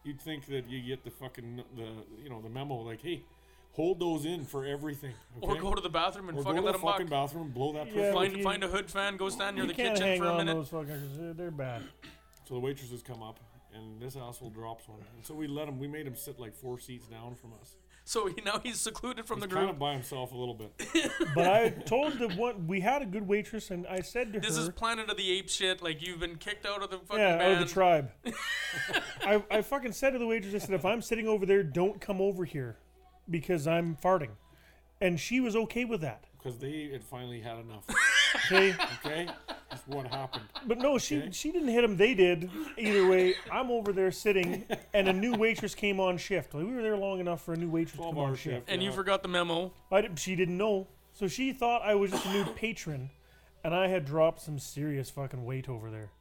[SPEAKER 2] you'd think that you get the fucking the you know the memo like, hey, hold those in for everything.
[SPEAKER 1] Or
[SPEAKER 2] okay?
[SPEAKER 1] go to the bathroom and
[SPEAKER 2] Or go
[SPEAKER 1] fucking
[SPEAKER 2] to
[SPEAKER 1] let
[SPEAKER 2] the
[SPEAKER 1] him buck.
[SPEAKER 2] fucking bathroom and blow that.
[SPEAKER 3] Yeah.
[SPEAKER 2] person.
[SPEAKER 1] Find
[SPEAKER 3] You-
[SPEAKER 1] find a hood fan, goes down near
[SPEAKER 3] You
[SPEAKER 1] the
[SPEAKER 3] can't
[SPEAKER 1] kitchen
[SPEAKER 3] hang
[SPEAKER 1] for a
[SPEAKER 3] on
[SPEAKER 1] minute.
[SPEAKER 3] those fuckers. They're, they're bad.
[SPEAKER 2] So the waitresses come up, and this asshole drops one. And so we let him. We made him sit like four seats down from us.
[SPEAKER 1] So he, now he's secluded from the
[SPEAKER 2] Kind
[SPEAKER 1] group.
[SPEAKER 2] of by himself a little bit.
[SPEAKER 3] But I told the one we had a good waitress, and I said to
[SPEAKER 1] This
[SPEAKER 3] her,
[SPEAKER 1] is Planet of the Apes shit. Like you've been kicked out of the fucking
[SPEAKER 3] "Yeah,
[SPEAKER 1] band.
[SPEAKER 3] out of the tribe." I, I fucking said to the waitress, "I said if I'm sitting over there, don't come over here, because I'm farting," and she was okay with that.
[SPEAKER 2] Because they had finally had enough.
[SPEAKER 3] Okay.
[SPEAKER 2] Okay, that's what happened.
[SPEAKER 3] But no, she she didn't hit him. They did. Either way, I'm over there sitting, and a new waitress came on shift. Like, we were there long enough for a new waitress to
[SPEAKER 2] Twelve
[SPEAKER 3] come on
[SPEAKER 2] hour
[SPEAKER 3] shift.
[SPEAKER 2] shift.
[SPEAKER 1] and you
[SPEAKER 2] yeah.
[SPEAKER 1] forgot the memo.
[SPEAKER 3] I didn't, she didn't know, so she thought I was just a new patron, and I had dropped some serious fucking weight over there.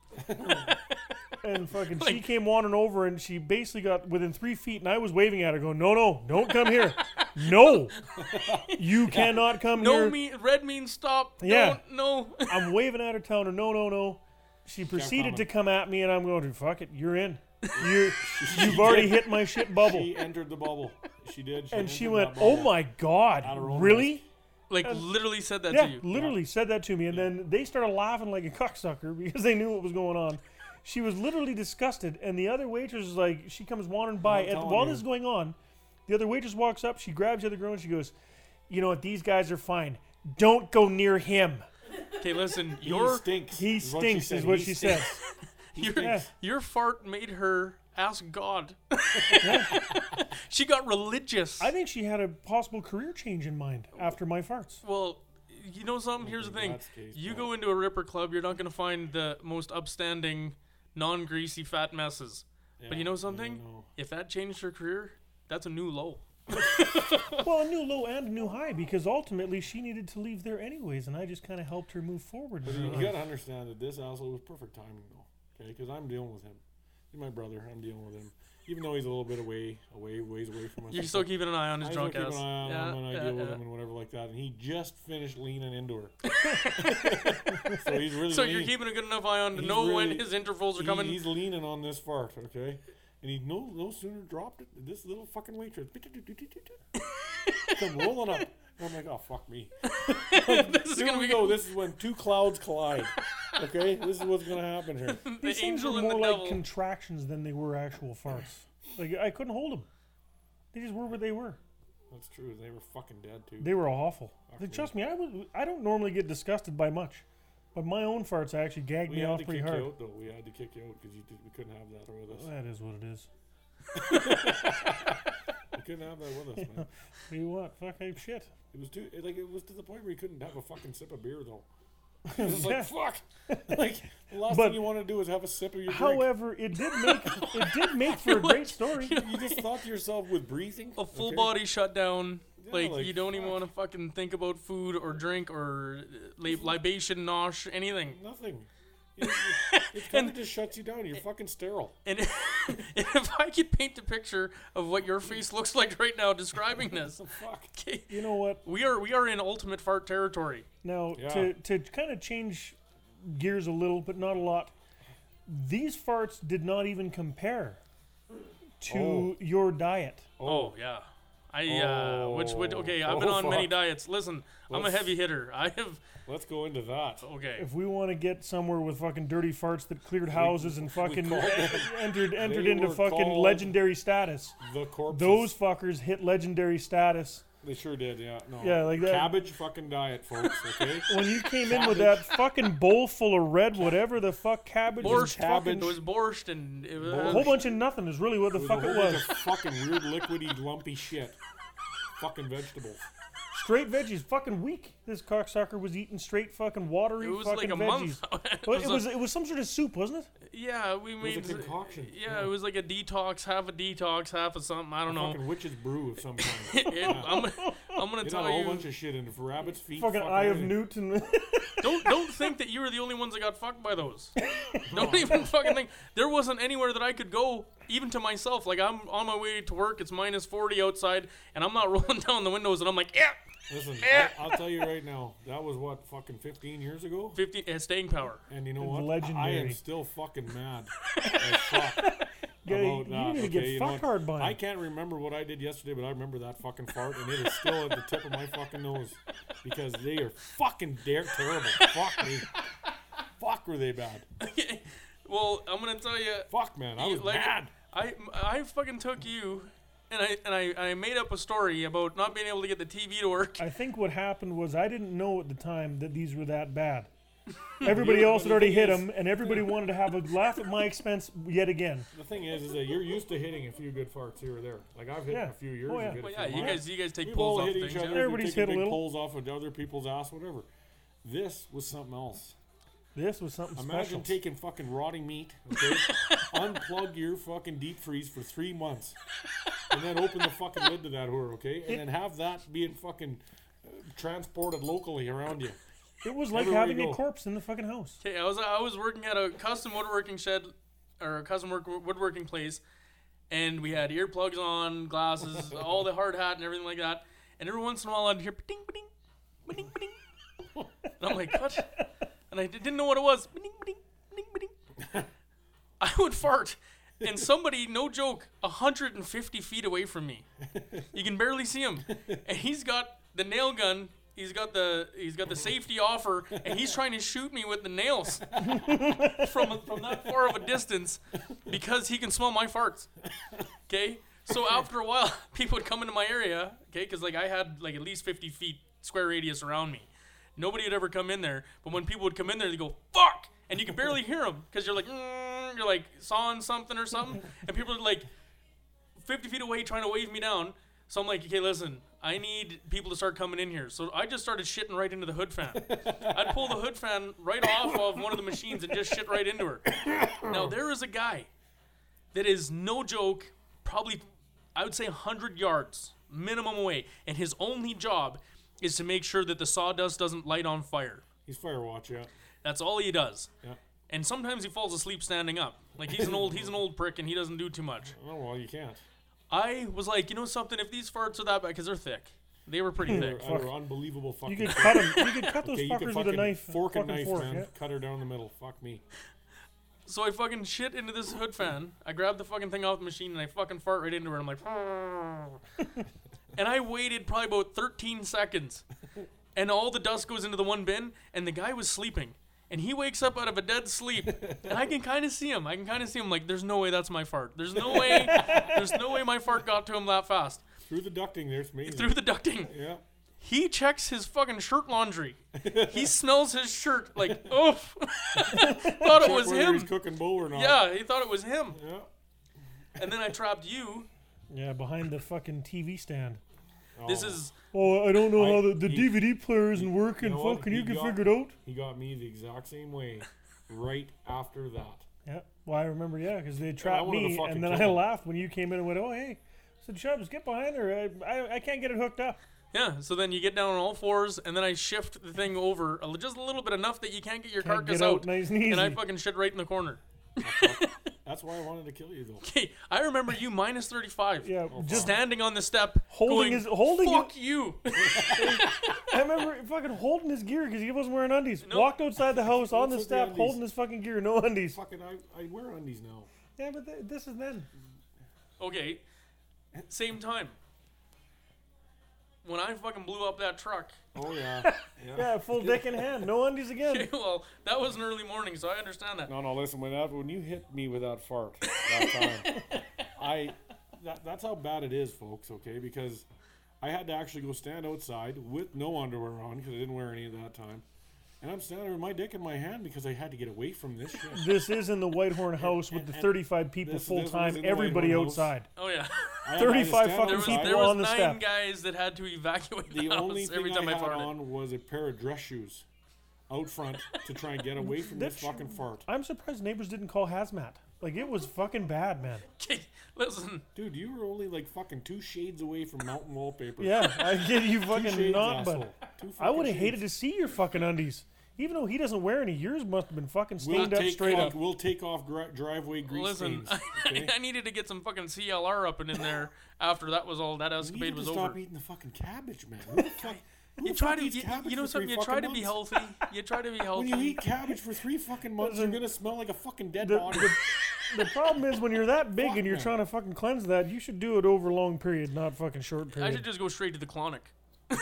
[SPEAKER 3] and fucking, she
[SPEAKER 1] Like-
[SPEAKER 3] came wandering over, and she basically got within three feet, and I was waving at her, going, "No, no, don't come here, no, you cannot come
[SPEAKER 1] No
[SPEAKER 3] here."
[SPEAKER 1] mean red means stop.
[SPEAKER 3] Yeah.
[SPEAKER 1] No, no.
[SPEAKER 3] I'm waving at her, telling her, no, no, no. She proceeded to come at me, and I'm going, fuck it, you're in. You're, you've already hit my shit bubble.
[SPEAKER 2] She entered the bubble. She did.
[SPEAKER 3] And she
[SPEAKER 2] entered
[SPEAKER 3] went,
[SPEAKER 2] that
[SPEAKER 3] oh
[SPEAKER 2] bubble.
[SPEAKER 3] my God,
[SPEAKER 2] At her own
[SPEAKER 3] really?
[SPEAKER 2] risk.
[SPEAKER 1] like literally said that to
[SPEAKER 3] Yeah,
[SPEAKER 1] you.
[SPEAKER 3] literally said that to me. And then they started laughing like a cocksucker because they knew what was going on. She was literally disgusted. And the other waitress is like, she comes wandering by.
[SPEAKER 2] I'm
[SPEAKER 3] And
[SPEAKER 2] telling
[SPEAKER 3] while
[SPEAKER 2] you.
[SPEAKER 3] this is going on, the other waitress walks up, she grabs the other girl, and she goes, you know what, these guys are fine. Don't go near him.
[SPEAKER 1] Okay, listen.
[SPEAKER 2] He
[SPEAKER 1] Your
[SPEAKER 2] stinks.
[SPEAKER 3] He
[SPEAKER 2] is what she
[SPEAKER 3] stinks,
[SPEAKER 2] said.
[SPEAKER 3] is what
[SPEAKER 2] He
[SPEAKER 3] she
[SPEAKER 2] stinks.
[SPEAKER 3] says.
[SPEAKER 1] your
[SPEAKER 3] Yeah.
[SPEAKER 1] your fart made her ask God. she got religious.
[SPEAKER 3] I think she had a possible career change in mind after my farts.
[SPEAKER 1] Well, you know something. Here's the
[SPEAKER 2] in
[SPEAKER 1] thing:
[SPEAKER 2] that case,
[SPEAKER 1] you
[SPEAKER 2] yeah.
[SPEAKER 1] go into a Ripper club, you're not going to find the most upstanding, non-greasy fat messes. but you know something?
[SPEAKER 2] know.
[SPEAKER 1] If that changed her career, that's a new low.
[SPEAKER 3] Well, a new low and a new high because ultimately she needed to leave there anyways, and I just kind of helped her move forward. in her
[SPEAKER 2] You
[SPEAKER 3] life.
[SPEAKER 2] gotta understand that this asshole was perfect timing though, okay? Because I'm dealing with him. He's my brother. I'm dealing with him, even though he's a little bit away, away, ways away from us.
[SPEAKER 1] You're
[SPEAKER 2] and
[SPEAKER 1] still
[SPEAKER 2] stuff.
[SPEAKER 1] keeping an eye on his
[SPEAKER 2] I still
[SPEAKER 1] drunk
[SPEAKER 2] keep an
[SPEAKER 1] ass.
[SPEAKER 2] eye on
[SPEAKER 1] yeah,
[SPEAKER 2] him and I
[SPEAKER 1] yeah,
[SPEAKER 2] deal with
[SPEAKER 1] yeah.
[SPEAKER 2] him and whatever like that. And he just finished leaning into her, so he's really.
[SPEAKER 1] So
[SPEAKER 2] leaning.
[SPEAKER 1] you're keeping a good enough eye on to
[SPEAKER 2] He's
[SPEAKER 1] know when
[SPEAKER 2] really-
[SPEAKER 1] his intervals are
[SPEAKER 2] He-
[SPEAKER 1] coming.
[SPEAKER 2] He's leaning on this fart, okay? And he no no sooner dropped it. than This little fucking waitress come rolling up. And I'm like, oh fuck me.
[SPEAKER 1] this is
[SPEAKER 2] Here
[SPEAKER 1] gonna
[SPEAKER 2] we
[SPEAKER 1] be
[SPEAKER 2] go. This is when two clouds collide. Okay, this is what's gonna happen here.
[SPEAKER 1] the
[SPEAKER 3] These things were
[SPEAKER 1] angel and
[SPEAKER 3] more
[SPEAKER 1] the
[SPEAKER 3] like
[SPEAKER 1] devil.
[SPEAKER 3] contractions than they were actual farts. Like I couldn't hold them. They just were what they were.
[SPEAKER 2] That's true. They were fucking dead too.
[SPEAKER 3] They were awful. Like,
[SPEAKER 2] Awkward.
[SPEAKER 3] trust me, I would. I don't normally get disgusted by much, but my own farts actually gagged
[SPEAKER 2] we
[SPEAKER 3] me
[SPEAKER 2] had
[SPEAKER 3] off
[SPEAKER 2] to
[SPEAKER 3] pretty
[SPEAKER 2] kick
[SPEAKER 3] hard.
[SPEAKER 2] you out though. We had to kick you out because you did, we couldn't have that with us.
[SPEAKER 3] That is what it is.
[SPEAKER 2] We couldn't have that with us, man.
[SPEAKER 3] What do you want? Fuck I shit.
[SPEAKER 2] It was too it, like it was to the point where you couldn't have a fucking sip of beer though. It was just
[SPEAKER 3] Yeah.
[SPEAKER 2] like fuck. Like the last
[SPEAKER 3] But-
[SPEAKER 2] thing you want to do is have a sip of your drink.
[SPEAKER 3] However, it did make it did make for a great story.
[SPEAKER 2] You just thought to yourself with breathing.
[SPEAKER 1] a full
[SPEAKER 2] okay?
[SPEAKER 1] body shutdown.
[SPEAKER 2] Yeah,
[SPEAKER 1] like,
[SPEAKER 2] like,
[SPEAKER 1] you don't even
[SPEAKER 2] fuck.
[SPEAKER 1] want to fucking think about food or drink or uh, lib- libation, nosh, anything.
[SPEAKER 2] Nothing. It, it, it kind of just shuts you down. You're fucking sterile.
[SPEAKER 1] And if I could paint a picture of what your face looks like right now describing this,
[SPEAKER 2] So fuck.
[SPEAKER 1] okay,
[SPEAKER 3] You know what?
[SPEAKER 1] we are we are in ultimate fart territory.
[SPEAKER 3] Now
[SPEAKER 2] Yeah.
[SPEAKER 3] to to kind of change gears a little, but not a lot. These farts did not even compare to
[SPEAKER 2] Oh.
[SPEAKER 3] your diet.
[SPEAKER 1] Oh yeah. I uh, which would
[SPEAKER 2] Oh.
[SPEAKER 1] okay. I've been
[SPEAKER 2] Oh,
[SPEAKER 1] on many
[SPEAKER 2] fuck.
[SPEAKER 1] diets. Listen, I'm a
[SPEAKER 2] Let's-
[SPEAKER 1] heavy hitter. I have
[SPEAKER 2] Let's go into that.
[SPEAKER 1] okay.
[SPEAKER 3] If we want to get somewhere with fucking dirty farts that cleared houses and fucking
[SPEAKER 2] called
[SPEAKER 3] entered entered
[SPEAKER 2] They
[SPEAKER 3] into
[SPEAKER 2] were
[SPEAKER 3] fucking
[SPEAKER 2] called-
[SPEAKER 3] legendary status,
[SPEAKER 2] The corpses.
[SPEAKER 3] those fuckers hit legendary status.
[SPEAKER 2] They sure did. Yeah. No.
[SPEAKER 3] Yeah, like that-
[SPEAKER 2] Cabbage fucking diet, folks. Okay.
[SPEAKER 3] When you came in with that fucking bowl full of red, whatever the fuck cabbage, and
[SPEAKER 1] Borscht,
[SPEAKER 3] fucking-
[SPEAKER 1] it was borscht, and it was
[SPEAKER 3] a whole bunch of nothing is really what the
[SPEAKER 2] There's
[SPEAKER 3] fuck
[SPEAKER 2] a
[SPEAKER 3] it
[SPEAKER 2] whole bunch
[SPEAKER 3] was.
[SPEAKER 2] of fucking weird liquidy lumpy shit. Fucking vegetables.
[SPEAKER 3] Straight veggies, fucking weak. This cocksucker was eating straight fucking watery
[SPEAKER 1] it was
[SPEAKER 3] fucking
[SPEAKER 1] like a
[SPEAKER 3] veggies.
[SPEAKER 1] month.
[SPEAKER 3] Well, it
[SPEAKER 1] a-
[SPEAKER 3] was it was some sort of soup, wasn't it?
[SPEAKER 1] yeah, we made
[SPEAKER 2] was a concoction.
[SPEAKER 1] Yeah, it was like a detox, half a detox, half of something. I don't know.
[SPEAKER 2] Fucking witch's brew of some kind.
[SPEAKER 1] It- I'm, gonna- I'm gonna
[SPEAKER 2] It had a
[SPEAKER 1] tell
[SPEAKER 2] whole
[SPEAKER 1] you.
[SPEAKER 2] bunch of shit in it for rabbits feet.
[SPEAKER 3] Fucking Eye of
[SPEAKER 2] everything.
[SPEAKER 3] Newt and
[SPEAKER 1] don't don't think that you were the only ones that got fucked by those. don't even fucking think there wasn't anywhere that I could go, even to myself. Like I'm on my way to work. It's minus forty outside, and I'm not rolling down the windows. And I'm like, yeah,
[SPEAKER 2] Listen,
[SPEAKER 1] Eh.
[SPEAKER 2] I, will tell you right now. That was what fucking 15 years ago.
[SPEAKER 1] fifty eh, staying power.
[SPEAKER 2] And you know
[SPEAKER 3] It's
[SPEAKER 2] what? I
[SPEAKER 3] legendary.
[SPEAKER 2] am still fucking mad. as fuck.
[SPEAKER 3] Yeah,
[SPEAKER 2] about that,
[SPEAKER 3] you need to
[SPEAKER 2] okay?
[SPEAKER 3] get
[SPEAKER 2] You know
[SPEAKER 3] fucked
[SPEAKER 2] what?
[SPEAKER 3] hard by
[SPEAKER 2] I
[SPEAKER 3] him.
[SPEAKER 2] can't remember what I did yesterday, but I remember that fucking fart, and it is still at the tip of my fucking nose because they are fucking dare terrible. Fuck me. Fuck, were they bad?
[SPEAKER 1] Well, I'm gonna tell you.
[SPEAKER 2] Fuck, man, I was
[SPEAKER 1] like,
[SPEAKER 2] mad.
[SPEAKER 1] I I fucking took you, and I and I, I made up a story about not being able to get the TV to work.
[SPEAKER 3] I think what happened was I didn't know at the time that these were that bad. Everybody else had already hit them, and everybody wanted to have a laugh at my expense yet again.
[SPEAKER 2] The thing is, is that you're used to hitting a few good farts here or there. Like I've hit
[SPEAKER 3] Yeah.
[SPEAKER 2] a few years.
[SPEAKER 3] Oh, yeah.
[SPEAKER 2] I've hit a
[SPEAKER 1] Well,
[SPEAKER 2] few
[SPEAKER 1] yeah, you
[SPEAKER 2] mine.
[SPEAKER 1] guys you guys take
[SPEAKER 2] We've
[SPEAKER 1] pulls
[SPEAKER 2] all
[SPEAKER 1] off
[SPEAKER 2] hit
[SPEAKER 1] things.
[SPEAKER 2] each
[SPEAKER 1] yeah.
[SPEAKER 2] other.
[SPEAKER 3] Everybody's
[SPEAKER 2] Everybody's hit
[SPEAKER 3] hit a
[SPEAKER 2] big
[SPEAKER 3] little.
[SPEAKER 2] Pulls off of other people's ass, whatever. This was something else.
[SPEAKER 3] This was something
[SPEAKER 2] Imagine
[SPEAKER 3] special.
[SPEAKER 2] taking fucking rotting meat, okay? unplug your fucking deep freeze for three months, and then open the fucking lid to that horror, okay? And then have that being fucking uh, transported locally around you.
[SPEAKER 3] it was like
[SPEAKER 2] everywhere
[SPEAKER 3] having
[SPEAKER 2] you
[SPEAKER 3] a
[SPEAKER 2] go.
[SPEAKER 3] corpse in the fucking house.
[SPEAKER 1] Okay, I was I was working at a custom woodworking shed or a custom work, woodworking place, and we had earplugs on, glasses, all the hard hat and everything like that. And every once in a while, I'd hear ding, ding, ding, ding, and I'm like, what? And I di- didn't know what it was. Ding, ding, ding, ding. I would fart, and somebody, no joke, 150 feet away from me, you can barely see him, and he's got the nail gun. He's got the he's got the safety offer, and he's trying to shoot me with the nails from from that far of a distance because he can smell my farts. Okay, so after a while, people would come into my area. Okay, because like I had like at least fifty feet square radius around me. Nobody had ever come in there, but when people would come in there, they go fuck, and you could barely hear them because you're like mm, you're like sawing something or something, and people are like. 50 feet away trying to wave me down. So I'm like, okay, listen, I need people to start coming in here. So I just started shitting right into the hood fan. I'd pull the hood fan right off of one of the machines and just shit right into her. Now, there is a guy that is no joke, probably, I would say 100 yards minimum away, and his only job is to make sure that the sawdust doesn't light on fire.
[SPEAKER 2] He's fire watch, yeah.
[SPEAKER 1] That's all he does.
[SPEAKER 2] yeah.
[SPEAKER 1] And sometimes he falls asleep standing up. Like he's an old he's an old prick and he doesn't do too much.
[SPEAKER 2] Oh, well, you can't.
[SPEAKER 1] I was like, you know something? If these farts are that bad, because they're thick, they were pretty thick.
[SPEAKER 2] They're, they're unbelievable fucking.
[SPEAKER 3] You could
[SPEAKER 2] farts.
[SPEAKER 3] cut them. You could cut those
[SPEAKER 2] Okay, you
[SPEAKER 3] fuckers
[SPEAKER 2] could
[SPEAKER 3] with a
[SPEAKER 2] fucking
[SPEAKER 3] knife,
[SPEAKER 2] fork and
[SPEAKER 3] fucking
[SPEAKER 2] knife,
[SPEAKER 3] fork,
[SPEAKER 2] man.
[SPEAKER 3] yeah.
[SPEAKER 2] Cut her down the middle. Fuck me.
[SPEAKER 1] So I fucking shit into this hood fan. I grabbed the fucking thing off the machine and I fucking fart right into her. And I'm like, and I waited probably about 13 seconds, and all the dust goes into the one bin, and the guy was sleeping. and he wakes up out of a dead sleep, and I can kind of see him. I can kind of see him. Like, there's no way that's my fart. There's no way. there's no way my fart got to him that fast
[SPEAKER 2] Through the ducting, there's me.
[SPEAKER 1] through the ducting.
[SPEAKER 2] yeah.
[SPEAKER 1] He checks his fucking shirt laundry. He smells his shirt like, oof. Thought it
[SPEAKER 2] Check
[SPEAKER 1] was
[SPEAKER 2] whether He's
[SPEAKER 1] him.
[SPEAKER 2] cooking bull or not.
[SPEAKER 1] Yeah, he thought it was him.
[SPEAKER 2] Yeah.
[SPEAKER 1] And then I trapped you.
[SPEAKER 3] Yeah, behind the fucking TV stand.
[SPEAKER 1] This
[SPEAKER 2] Oh.
[SPEAKER 1] is
[SPEAKER 3] Oh, I don't know
[SPEAKER 2] I-
[SPEAKER 3] how the, the
[SPEAKER 2] he-
[SPEAKER 3] DVD player isn't working.
[SPEAKER 2] know what?
[SPEAKER 3] Fucking,
[SPEAKER 2] He
[SPEAKER 3] you can
[SPEAKER 2] got-
[SPEAKER 3] figure it out.
[SPEAKER 2] He got me the exact same way right after that.
[SPEAKER 3] Yeah. Well, I remember, yeah, because they trapped
[SPEAKER 2] would've
[SPEAKER 3] me,
[SPEAKER 2] fucking
[SPEAKER 3] and then
[SPEAKER 2] killed
[SPEAKER 3] I
[SPEAKER 2] him.
[SPEAKER 3] laughed when you came in and went, "Oh, hey." I said, Chubbs, get behind her. I, I, I can't get it hooked up.
[SPEAKER 1] yeah. So then you get down on all fours, and then I shift the thing over a li- just a little bit enough that you can't get your
[SPEAKER 3] Can't
[SPEAKER 1] carcass
[SPEAKER 3] get out
[SPEAKER 1] out,
[SPEAKER 3] nice and easy. Uh-huh.
[SPEAKER 1] and I fucking shit right in the corner.
[SPEAKER 2] That's why I wanted to kill you though.
[SPEAKER 1] Okay, I remember you minus thirty five.
[SPEAKER 3] yeah,
[SPEAKER 2] Oh,
[SPEAKER 3] just
[SPEAKER 1] Standing on the step,
[SPEAKER 3] Holding
[SPEAKER 1] going,
[SPEAKER 3] his- holding
[SPEAKER 1] Fuck you!
[SPEAKER 3] I remember fucking holding his gear because he wasn't wearing undies. Walked outside the house on the
[SPEAKER 2] with the
[SPEAKER 3] step,
[SPEAKER 2] undies?
[SPEAKER 3] holding his fucking gear, no undies.
[SPEAKER 2] Fucking, I, I wear undies now.
[SPEAKER 3] Yeah, but th- this is then.
[SPEAKER 1] Okay. Same time. When I fucking blew up that truck,
[SPEAKER 2] Oh yeah.
[SPEAKER 3] Yeah, full dick in hand, no undies again.
[SPEAKER 1] okay, well, that was an early morning, so I understand that.
[SPEAKER 2] No, no. Listen, when that when you hit me with that fart that time, I that, that's how bad it is, folks. Okay, because I had to actually go stand outside with no underwear on because I didn't wear any at that time, and I'm standing there with my dick in my hand because I had to get away from this shit.
[SPEAKER 3] This is in the Whitehorn house with the 35 people
[SPEAKER 2] this- this
[SPEAKER 3] full
[SPEAKER 2] was
[SPEAKER 3] time,
[SPEAKER 2] in the
[SPEAKER 3] everybody
[SPEAKER 2] Whitehorn house.
[SPEAKER 3] outside.
[SPEAKER 1] Oh, yeah.
[SPEAKER 2] I had to- I had to
[SPEAKER 3] 35
[SPEAKER 2] stand
[SPEAKER 1] There
[SPEAKER 3] fucking
[SPEAKER 1] was,
[SPEAKER 2] outside.
[SPEAKER 3] people
[SPEAKER 1] there was
[SPEAKER 3] on the
[SPEAKER 1] nine
[SPEAKER 3] step.
[SPEAKER 1] guys that had to evacuate the,
[SPEAKER 2] The
[SPEAKER 1] house
[SPEAKER 2] only thing
[SPEAKER 1] every time
[SPEAKER 2] I
[SPEAKER 1] I,
[SPEAKER 2] had
[SPEAKER 1] farted.
[SPEAKER 2] on was a pair of dress shoes out front to try and get away from this
[SPEAKER 3] That's-
[SPEAKER 2] fucking fart.
[SPEAKER 3] I'm surprised neighbors didn't call hazmat. Like, it was fucking bad, man.
[SPEAKER 1] Okay, listen,
[SPEAKER 2] Dude, you were only like fucking two shades away from mountain wallpaper.
[SPEAKER 3] Yeah, I get you
[SPEAKER 2] two
[SPEAKER 3] fucking
[SPEAKER 2] shades,
[SPEAKER 3] not,
[SPEAKER 2] asshole.
[SPEAKER 3] but
[SPEAKER 2] Two
[SPEAKER 3] I
[SPEAKER 2] fucking
[SPEAKER 3] would have
[SPEAKER 2] shades.
[SPEAKER 3] hated to see your fucking undies. Even though he doesn't wear any, yours must have been fucking
[SPEAKER 2] We'll
[SPEAKER 3] stained up
[SPEAKER 2] take,
[SPEAKER 3] straight
[SPEAKER 2] off,
[SPEAKER 3] up.
[SPEAKER 2] we'll take off gri- driveway grease
[SPEAKER 1] listen.
[SPEAKER 2] stains. Okay?
[SPEAKER 1] I needed to get some fucking CLR up and in there after that was all that
[SPEAKER 2] You
[SPEAKER 1] escapade
[SPEAKER 2] need to
[SPEAKER 1] was
[SPEAKER 2] stop
[SPEAKER 1] over.
[SPEAKER 2] eating the fucking cabbage, man. Who the fuck, who
[SPEAKER 1] You
[SPEAKER 2] the
[SPEAKER 1] try
[SPEAKER 2] fuck
[SPEAKER 1] to,
[SPEAKER 2] eats
[SPEAKER 1] you,
[SPEAKER 2] cabbage
[SPEAKER 1] you know
[SPEAKER 2] for three
[SPEAKER 1] something. You
[SPEAKER 2] fucking
[SPEAKER 1] try to be
[SPEAKER 2] months?
[SPEAKER 1] healthy. You try to be
[SPEAKER 2] When
[SPEAKER 1] healthy.
[SPEAKER 2] you eat cabbage for three fucking months, you're gonna smell like a fucking dead
[SPEAKER 3] The-
[SPEAKER 2] body.
[SPEAKER 3] The problem is when you're that big
[SPEAKER 2] Fuck,
[SPEAKER 3] and you're
[SPEAKER 2] man.
[SPEAKER 3] trying to fucking cleanse that, you should do it over a long period, not fucking short
[SPEAKER 1] I
[SPEAKER 3] period.
[SPEAKER 1] should just go straight to the clonic.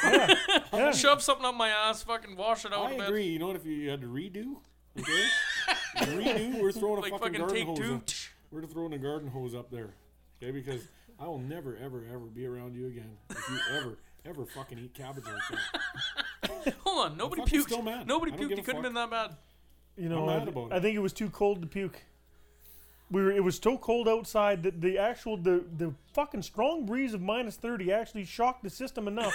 [SPEAKER 3] Yeah.
[SPEAKER 1] Shove something up my ass. Fucking wash it out
[SPEAKER 2] I
[SPEAKER 1] a bit.
[SPEAKER 2] agree. You know what? If you had to redo, okay, redo. We're throwing a
[SPEAKER 1] Like
[SPEAKER 2] fucking,
[SPEAKER 1] fucking
[SPEAKER 2] garden
[SPEAKER 1] take
[SPEAKER 2] hose.
[SPEAKER 1] two.
[SPEAKER 2] Up. We're throwing a garden hose up there, okay? Because I will never, ever, ever be around you again if you ever, ever fucking eat cabbage like that.
[SPEAKER 1] Hold on, nobody
[SPEAKER 2] fucking
[SPEAKER 1] puked.
[SPEAKER 2] still mad.
[SPEAKER 1] Nobody
[SPEAKER 2] I don't
[SPEAKER 1] puked.
[SPEAKER 2] give
[SPEAKER 1] It
[SPEAKER 2] a
[SPEAKER 1] couldn't have been
[SPEAKER 2] fuck.
[SPEAKER 1] that bad.
[SPEAKER 3] You know,
[SPEAKER 2] I'm
[SPEAKER 3] I,
[SPEAKER 2] mad about
[SPEAKER 3] I
[SPEAKER 2] it.
[SPEAKER 3] think it was too cold to puke. We were. It was so cold outside that the actual the the fucking strong breeze of minus thirty actually shocked the system enough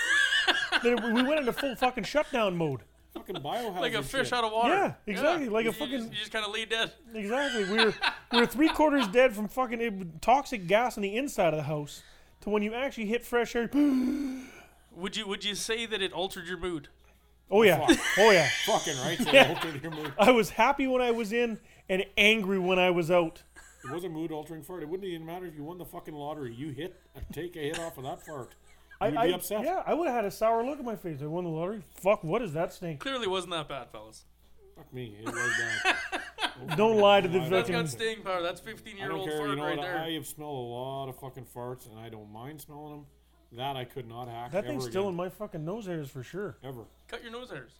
[SPEAKER 3] that it, we went into full fucking shutdown mode.
[SPEAKER 2] Fucking biohazard.
[SPEAKER 1] Like a
[SPEAKER 2] shit.
[SPEAKER 1] fish out of water.
[SPEAKER 3] Yeah, exactly, like a
[SPEAKER 1] You
[SPEAKER 3] fucking-
[SPEAKER 1] Just, you just kind of lay dead.
[SPEAKER 3] Exactly. We were we were three quarters dead from fucking it, toxic gas on the inside of the house to when you actually hit fresh air.
[SPEAKER 1] Would you Would you say that it altered your mood?
[SPEAKER 3] Oh yeah.
[SPEAKER 2] Fuck.
[SPEAKER 3] Oh yeah.
[SPEAKER 2] Fucking right. So yeah. altered your mood.
[SPEAKER 3] I was happy when I was in and angry when I was out.
[SPEAKER 2] It was a mood altering fart. It wouldn't even matter if you won the fucking lottery. You hit, take a hit off of that fart. You'd
[SPEAKER 3] I,
[SPEAKER 2] be upset.
[SPEAKER 3] Yeah, I would have had a sour look on my face. I won the lottery. Fuck, what is that snake?
[SPEAKER 1] Clearly wasn't that bad, fellas.
[SPEAKER 2] Fuck me. It was bad.
[SPEAKER 3] Don't lie to the
[SPEAKER 2] That's
[SPEAKER 1] That's
[SPEAKER 3] fucking.
[SPEAKER 1] got staying power. That's 15
[SPEAKER 2] Hmm. I
[SPEAKER 1] year
[SPEAKER 2] don't
[SPEAKER 1] old
[SPEAKER 2] care.
[SPEAKER 1] fart
[SPEAKER 2] You know
[SPEAKER 1] right
[SPEAKER 2] what?
[SPEAKER 1] there.
[SPEAKER 2] I have smelled a lot of fucking farts, and I don't mind smelling them. That I could not hack.
[SPEAKER 3] That
[SPEAKER 2] ever
[SPEAKER 3] thing's still in
[SPEAKER 2] again.
[SPEAKER 3] my fucking nose hairs for sure.
[SPEAKER 2] ever.
[SPEAKER 1] Cut your nose hairs.